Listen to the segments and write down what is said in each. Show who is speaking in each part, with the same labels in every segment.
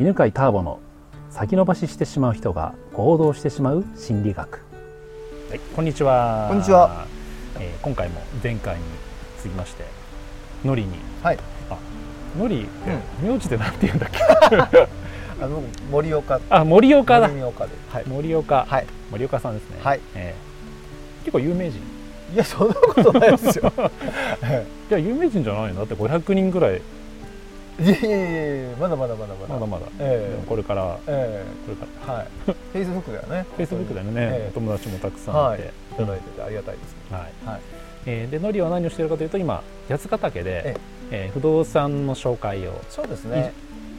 Speaker 1: 犬飼ターボの先延ばししてしまう人が行動してしまう心理学、はい、こんにちは
Speaker 2: こんにちは、
Speaker 1: えー今回も前回に続きましてのりに
Speaker 2: はい
Speaker 1: あのりって名字でなんて言うんだっけ
Speaker 2: あの森岡
Speaker 1: あ森岡だ
Speaker 2: 森岡ではい
Speaker 1: 森岡、
Speaker 2: はい
Speaker 1: 森岡さんですね、
Speaker 2: はい
Speaker 1: えー結構有名人
Speaker 2: いやそんなことないで すよ
Speaker 1: いや有名人じゃないのだって500人ぐらい
Speaker 2: いやいやいやいやまだまだまだまだ
Speaker 1: まだまだ、
Speaker 2: ええ
Speaker 1: でもこれから
Speaker 2: え
Speaker 1: これから
Speaker 2: えはいフェイスブックだよね
Speaker 1: フェイスブックだよね、
Speaker 2: え
Speaker 1: お友達もたく
Speaker 2: え
Speaker 1: さん
Speaker 2: はいい
Speaker 1: て、
Speaker 2: いただいててありがたいですね
Speaker 1: はい
Speaker 2: はい
Speaker 1: えーでノリは何をしているかというと今八ヶ岳で、え
Speaker 2: え
Speaker 1: ー不動産の紹介を
Speaker 2: そうですね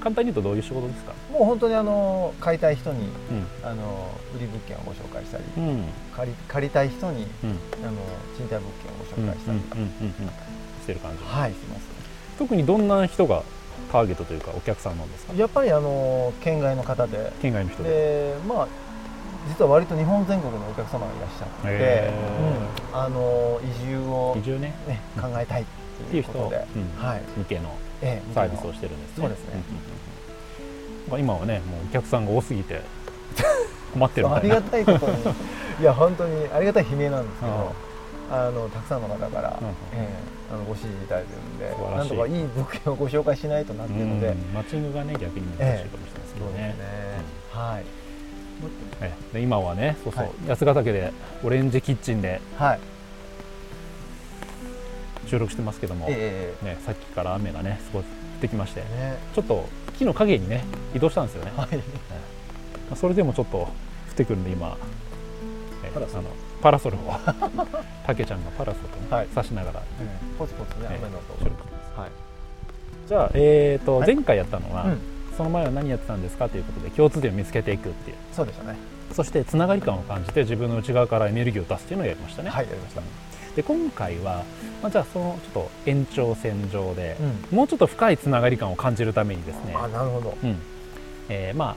Speaker 1: 簡単に言うとどういう仕事ですか、
Speaker 2: もう本当にあの買いたい人に
Speaker 1: うん
Speaker 2: あの売り物件をご紹介したり
Speaker 1: うんうん
Speaker 2: 借り借りたい人に
Speaker 1: うん
Speaker 2: あの賃貸物件をご
Speaker 1: うんうん
Speaker 2: 紹介したりとか
Speaker 1: してる感じ
Speaker 2: はいしてます
Speaker 1: 特にどんな人がターゲットというかお客さんなんですか
Speaker 2: やっぱりあの県外の方で
Speaker 1: 県外の人で
Speaker 2: でまあ実は割と日本全国のお客様がいらっしゃって、
Speaker 1: へ
Speaker 2: うんあの移住を
Speaker 1: 移、住ね
Speaker 2: ね、
Speaker 1: うん
Speaker 2: 考えたい
Speaker 1: っ
Speaker 2: ってて
Speaker 1: い
Speaker 2: いうう
Speaker 1: 人
Speaker 2: ことで、
Speaker 1: うん
Speaker 2: はい、
Speaker 1: 向けの
Speaker 2: え
Speaker 1: サービスを
Speaker 2: し
Speaker 1: してるんですね
Speaker 2: そうですね
Speaker 1: んうんうんうん今はねもうお客さんが多すぎ て困ってるみ
Speaker 2: あ
Speaker 1: たい
Speaker 2: り
Speaker 1: な
Speaker 2: がたいこと にいや本当にありがたい悲鳴なんですけ
Speaker 1: うん
Speaker 2: どあのたくさんの方から、
Speaker 1: うんうん
Speaker 2: ええあのご支持いただいてるんで
Speaker 1: 素晴らし
Speaker 2: なん
Speaker 1: い
Speaker 2: とかいい物件をご紹介しないとなっていうので、
Speaker 1: うんマッチングがね逆に難しいかもしれないですけ
Speaker 2: そ
Speaker 1: ど
Speaker 2: うです
Speaker 1: ね
Speaker 2: ね、はい
Speaker 1: ええで今はねそうそう、
Speaker 2: はい
Speaker 1: 八ヶ岳でオレンジキッチンで
Speaker 2: はい
Speaker 1: 収録してますけども、
Speaker 2: え
Speaker 1: ね、さっきから雨がねすごい降ってきまして
Speaker 2: えね
Speaker 1: ちょっと木の陰にね移動したんですよね、ま
Speaker 2: はい
Speaker 1: あそれでもちょっと降ってくるんで今え
Speaker 2: パラソル
Speaker 1: あのパラソルを たけちゃんがパラソルをね、
Speaker 2: はい
Speaker 1: 差しながら、
Speaker 2: ポツポツ
Speaker 1: え
Speaker 2: ね
Speaker 1: え
Speaker 2: 雨の音
Speaker 1: 収録
Speaker 2: はい
Speaker 1: じゃあ、えーと
Speaker 2: はい
Speaker 1: 前回やったのは、
Speaker 2: うん
Speaker 1: その前は何やってたんですかということで共通点を見つけていくっていう
Speaker 2: そうでしたね
Speaker 1: そしてつながり感を感じて自分の内側からエネルギーを出すっていうのをやりましたね、
Speaker 2: はいやりました
Speaker 1: で今回は、まあ、じゃあそのちょっと延長線上で、
Speaker 2: うん
Speaker 1: もうちょっと深いつながり感を感じるためにですね、
Speaker 2: あなるほど
Speaker 1: うんえーまあ、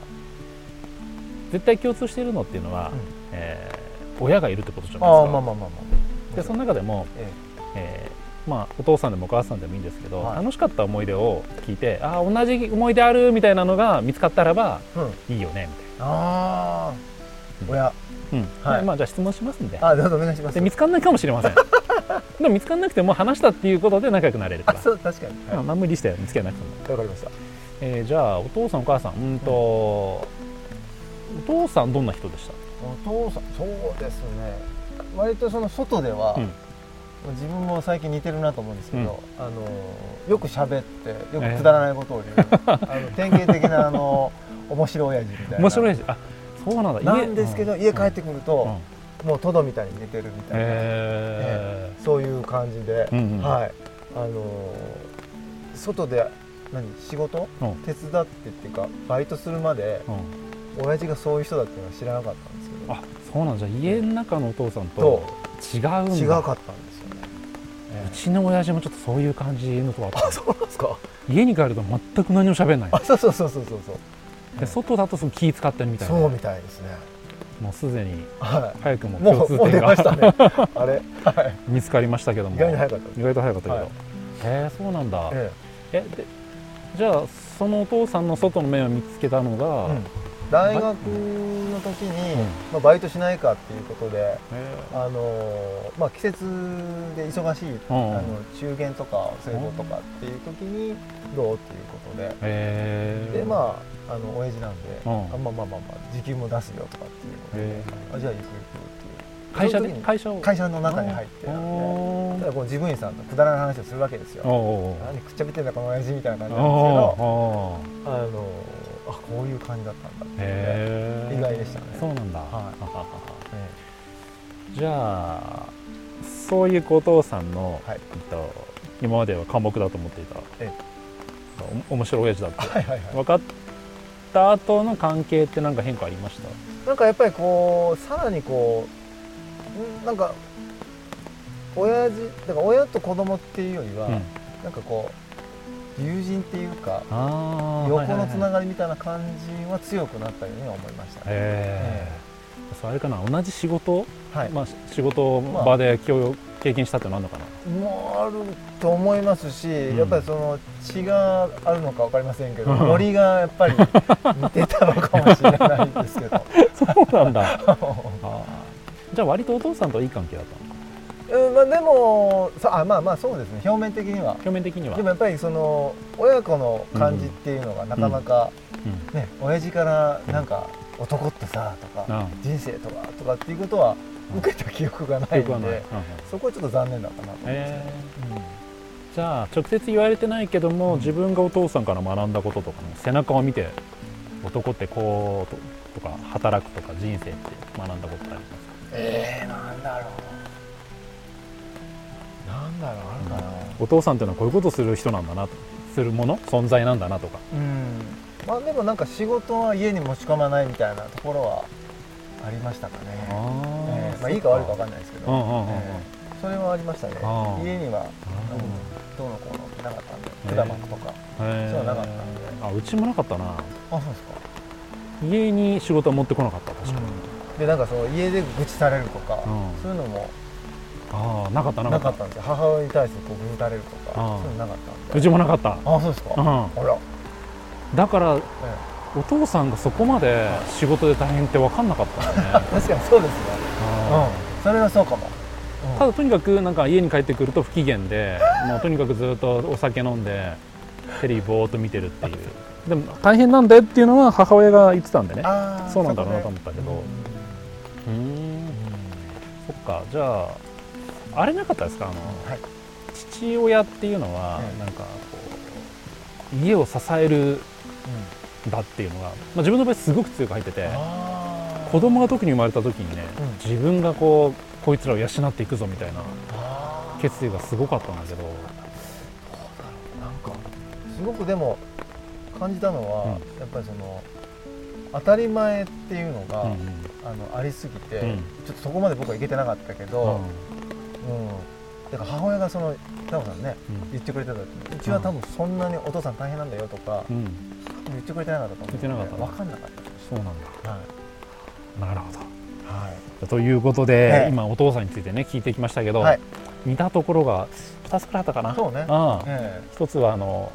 Speaker 1: 絶対共通しているのっていうのは、
Speaker 2: うん
Speaker 1: えー親がいるってことじゃないです
Speaker 2: あ
Speaker 1: か
Speaker 2: あまあまあまあまあ
Speaker 1: でその中でも、
Speaker 2: え
Speaker 1: えーまあ、お父さんでもお母さんでもいいんですけど、
Speaker 2: はい
Speaker 1: 楽しかった思い出を聞いてああ同じ思い出あるみたいなのが見つかったらば
Speaker 2: えうん
Speaker 1: いいよねみ
Speaker 2: ああ
Speaker 1: うん
Speaker 2: 親
Speaker 1: たいな、うん
Speaker 2: はい
Speaker 1: でまあ、じゃあ質問しますんで
Speaker 2: あどうぞお願いします
Speaker 1: で見つかんないかもしれま せんでも見つかんなくても話したっていうことで仲良くなれるか
Speaker 2: あ
Speaker 1: ら
Speaker 2: そう確かにはい
Speaker 1: まあ
Speaker 2: わ
Speaker 1: まあ無理して見つけなくても、
Speaker 2: かりました
Speaker 1: えーじゃあお父さんお母さんうんと、お父さんどんな人でした
Speaker 2: お父さんそうですね割とその外では
Speaker 1: うん
Speaker 2: 自分も最近似てるなと思うんですけどあのよく喋ってよくくだらないことを言うあの典型的なあの面白親父みたいな
Speaker 1: 面白いしあそうなんだ
Speaker 2: なんですけど家帰ってくる
Speaker 1: うんうん
Speaker 2: ともうトドみたいに寝てるみたいな
Speaker 1: え
Speaker 2: そういう感じで、
Speaker 1: うんうん
Speaker 2: はい、あのー外で何仕事、
Speaker 1: うん
Speaker 2: 手伝ってっていうかバイトするまで
Speaker 1: ーうん
Speaker 2: 親父がそういう人だっていうのは知らなかったんですけど
Speaker 1: あそうなんじゃ家の中のお父さんと違うんだ
Speaker 2: 違うかったんですよね、
Speaker 1: うちの親父もちょっとそういう感じのとは
Speaker 2: あそうなんですか
Speaker 1: 家に帰ると全く何も喋んない
Speaker 2: あそうそうそうそうそうそう
Speaker 1: で外だとその気使ってるみたいな
Speaker 2: そうみたいですね
Speaker 1: もうすでに
Speaker 2: は
Speaker 1: 早くも
Speaker 2: いも
Speaker 1: 共
Speaker 2: う
Speaker 1: 通
Speaker 2: もう
Speaker 1: 点
Speaker 2: 出
Speaker 1: が
Speaker 2: ましたねあれ、は
Speaker 1: 見つかりましたけど
Speaker 2: い、
Speaker 1: も
Speaker 2: 意外に早かったです、
Speaker 1: 意外と早かったけど、
Speaker 2: はい
Speaker 1: へえそうなんだえ
Speaker 2: え
Speaker 1: でじゃあそのお父さんの外の面を見つけたの
Speaker 2: え
Speaker 1: が、
Speaker 2: うん大学の時に、
Speaker 1: うん
Speaker 2: まあ、バイトしないかっていうことで
Speaker 1: え
Speaker 2: あのーまあ、季節で忙しい、
Speaker 1: ん
Speaker 2: あの中元とか聖母とかっていう時にどうっていうことで、
Speaker 1: え
Speaker 2: でまああの親父なんで、
Speaker 1: うん
Speaker 2: あまあまあまあまあ時給も出すよとかっていう
Speaker 1: へ
Speaker 2: ので、あじゃあ行
Speaker 1: 会
Speaker 2: く行くって
Speaker 1: 社
Speaker 2: その時
Speaker 1: で
Speaker 2: に
Speaker 1: 会社を
Speaker 2: いう会社の中に入って
Speaker 1: お
Speaker 2: なんで
Speaker 1: お
Speaker 2: ただこう事務員さんとくだらない話をするわけですよ
Speaker 1: お
Speaker 2: 何くっちゃべってんだこの親父みたいな感
Speaker 1: お
Speaker 2: じ
Speaker 1: お
Speaker 2: なんですけどあのーあこういう感じだったんだっていうね
Speaker 1: へえ
Speaker 2: 意外でしたね
Speaker 1: そうなんだ、
Speaker 2: は え
Speaker 1: じゃあそういうお父さんの、
Speaker 2: はい
Speaker 1: えっと、今までは寡黙だと思っていた
Speaker 2: え
Speaker 1: お面白い親父だって
Speaker 2: えはいはいはい
Speaker 1: 分かった後の関係って何か変化ありました
Speaker 2: なんかやっぱりこうさらにこうんなんか親父だから親と子供っていうよりは、
Speaker 1: うん
Speaker 2: なんかこう友人っていうか
Speaker 1: あー
Speaker 2: 横のつ
Speaker 1: はいは
Speaker 2: な
Speaker 1: いはい
Speaker 2: がりみたいな感じは強くなったように思いましたね、
Speaker 1: へそうあれかな同じ仕事、
Speaker 2: はい、
Speaker 1: まあ、仕事場で今日経験したってのあるのかな、
Speaker 2: もうあると思いますし、
Speaker 1: ん
Speaker 2: やっぱりその血があるのか分かりませんけど、
Speaker 1: うん
Speaker 2: ノリがやっぱり似てたのかもしれないです けど、
Speaker 1: そうなんだ あーじゃあ割とお父さんとはいい関係だったのか
Speaker 2: うんまあ、でもそあまあまあそうですね表面的には
Speaker 1: 表面的には
Speaker 2: でもやっぱりその親子の感じっていうのがなかなか、
Speaker 1: うん
Speaker 2: ね親父からなんか「男ってさ」とか
Speaker 1: あ
Speaker 2: 「人生とは」とかっていうことは受けた記憶がな
Speaker 1: あ
Speaker 2: い
Speaker 1: よくは
Speaker 2: の
Speaker 1: ない、うんうん
Speaker 2: でそこはちょっと残念だったなと思いますね
Speaker 1: えーじゃあ直接言われてないけども自分がお父さんから学んだこととかね背中を見て男ってこうととか働くとか人生って学んだことってありますか
Speaker 2: えー、なんだろうなんだろうあるかな
Speaker 1: お父さんっていうのはこういうことする人なんだなするもの存在なんだなとか
Speaker 2: うん、まあでもなんか仕事は家に持ち込まないみたいなところはありましたかねえーまあいいか悪いか分かんないですけど、
Speaker 1: うんうんうんうん
Speaker 2: えーそれはありましたね
Speaker 1: あー
Speaker 2: 家には
Speaker 1: なるほ
Speaker 2: どうのこうのってなかったんで
Speaker 1: えー
Speaker 2: 果物とか、
Speaker 1: どへー
Speaker 2: そうはなかったんで
Speaker 1: あうちもなかったな
Speaker 2: あそうですか
Speaker 1: 家に仕事は持ってこなかった確かに、
Speaker 2: でなんかその家で愚痴されるとか、
Speaker 1: うん
Speaker 2: そういうのも
Speaker 1: ああなかったなか
Speaker 2: な
Speaker 1: った
Speaker 2: かったんですよ母親に対してこう愚痴されるとか
Speaker 1: あー
Speaker 2: そういうのなかったん
Speaker 1: う
Speaker 2: で
Speaker 1: ちもなかった、
Speaker 2: あそうですか、
Speaker 1: う
Speaker 2: あ
Speaker 1: ん、
Speaker 2: ら、
Speaker 1: だから
Speaker 2: え
Speaker 1: お父さんがそこまで仕事で大変って分かんなかったんだね
Speaker 2: え確かにそうですね
Speaker 1: あ
Speaker 2: うんそれはそうかも、
Speaker 1: ーただとにかくなんか家に帰ってくると不機嫌で、もうとにかくずっとお酒飲んでテレビぼーっと見てるっていうでも大変なんだよっていうのは母親が言ってたんでね
Speaker 2: あー
Speaker 1: そうなんだろうな
Speaker 2: そこね
Speaker 1: と思ったけど
Speaker 2: うん
Speaker 1: うーんそっかじゃああれなかったですかあの、
Speaker 2: はい
Speaker 1: 父親っていうのは
Speaker 2: うん
Speaker 1: なんかこう家を支える
Speaker 2: うん
Speaker 1: んだっていうのが、まあ、自分の場合すごく強く入ってて
Speaker 2: あー
Speaker 1: 子供が特に生まれた時にね、
Speaker 2: うん
Speaker 1: 自分がこうこいつらを養っていくぞみたいな
Speaker 2: あー
Speaker 1: 決意がすごかったんだけど
Speaker 2: なんかすごくでも感じたのは、
Speaker 1: う
Speaker 2: やっぱりその当たり前っていうのが、
Speaker 1: うんうん
Speaker 2: あのありすぎて、
Speaker 1: うん
Speaker 2: ちょっとそこまで僕はいけてなかったけど、うんだから母親がそのタモさんね言ってくれてた時にうちは多分そんなにお父さん大変なんだよとか
Speaker 1: うんうん
Speaker 2: 言ってくれてなかったと思う
Speaker 1: 言っ
Speaker 2: ので
Speaker 1: てなかった
Speaker 2: 分かんなかったで
Speaker 1: そうなんだ
Speaker 2: すはい、
Speaker 1: なるほ
Speaker 2: はい
Speaker 1: どということで、
Speaker 2: ええ
Speaker 1: 今お父さんについてね聞いてきましたけど、
Speaker 2: はい
Speaker 1: 似たところが2つくらいあったかな
Speaker 2: そうね
Speaker 1: ああ
Speaker 2: え
Speaker 1: 一つはあの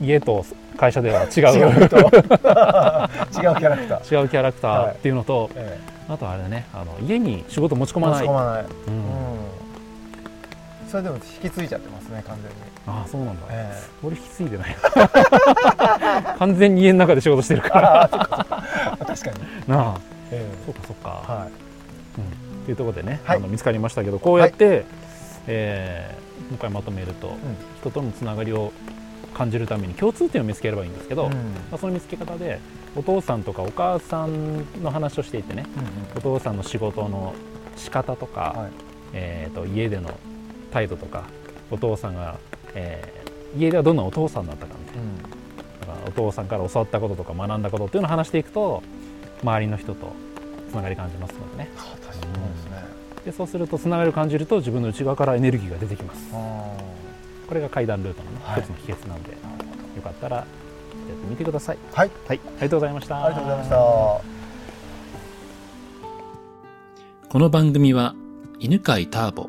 Speaker 1: 家と会社では違
Speaker 2: え
Speaker 1: う
Speaker 2: 違う人違うキャラクター、
Speaker 1: 違うキャラクターっていうのと、
Speaker 2: え
Speaker 1: あとあれだねあの家に仕事持ち込
Speaker 2: え
Speaker 1: まない
Speaker 2: 持ち込まない
Speaker 1: うん
Speaker 2: うん、それでも引き継いじゃってますね完全に、
Speaker 1: ああそうなんだ、
Speaker 2: え
Speaker 1: 俺引き継いでない完全に家の中で仕事してるから
Speaker 2: え 確かに、
Speaker 1: なあ
Speaker 2: え
Speaker 1: そっかそっか、
Speaker 2: えはい
Speaker 1: うん、っていうところでね、
Speaker 2: はい
Speaker 1: あの見つかりましたけどこうやって、えーもう一回まとめると、人とのつながりを感じるために共通点を見つければいいんですけど、
Speaker 2: うん
Speaker 1: まあ、その見つけ方でお父さんとかお母さんの話をしていてねお父さんの仕事の仕方とか、
Speaker 2: はい
Speaker 1: えー、と家での態度とかお父さんが、えー家ではどんなお父さんだったかみたい
Speaker 2: うん
Speaker 1: なだからお父さんから教わったこととか学んだことっていうのを話していくと周りの人とつながり感じますのでね
Speaker 2: あ確かにそうですね、
Speaker 1: でそうするとつながりを感じると自分の内側からエネルギーが出てきます
Speaker 2: あ
Speaker 1: これが階段ルートの、ね
Speaker 2: はい
Speaker 1: 一つの秘訣なんでよかったらやってみてください
Speaker 2: ーはい
Speaker 1: はいありがとうございました
Speaker 2: ありがとうございました
Speaker 3: この番組は犬飼ターボ、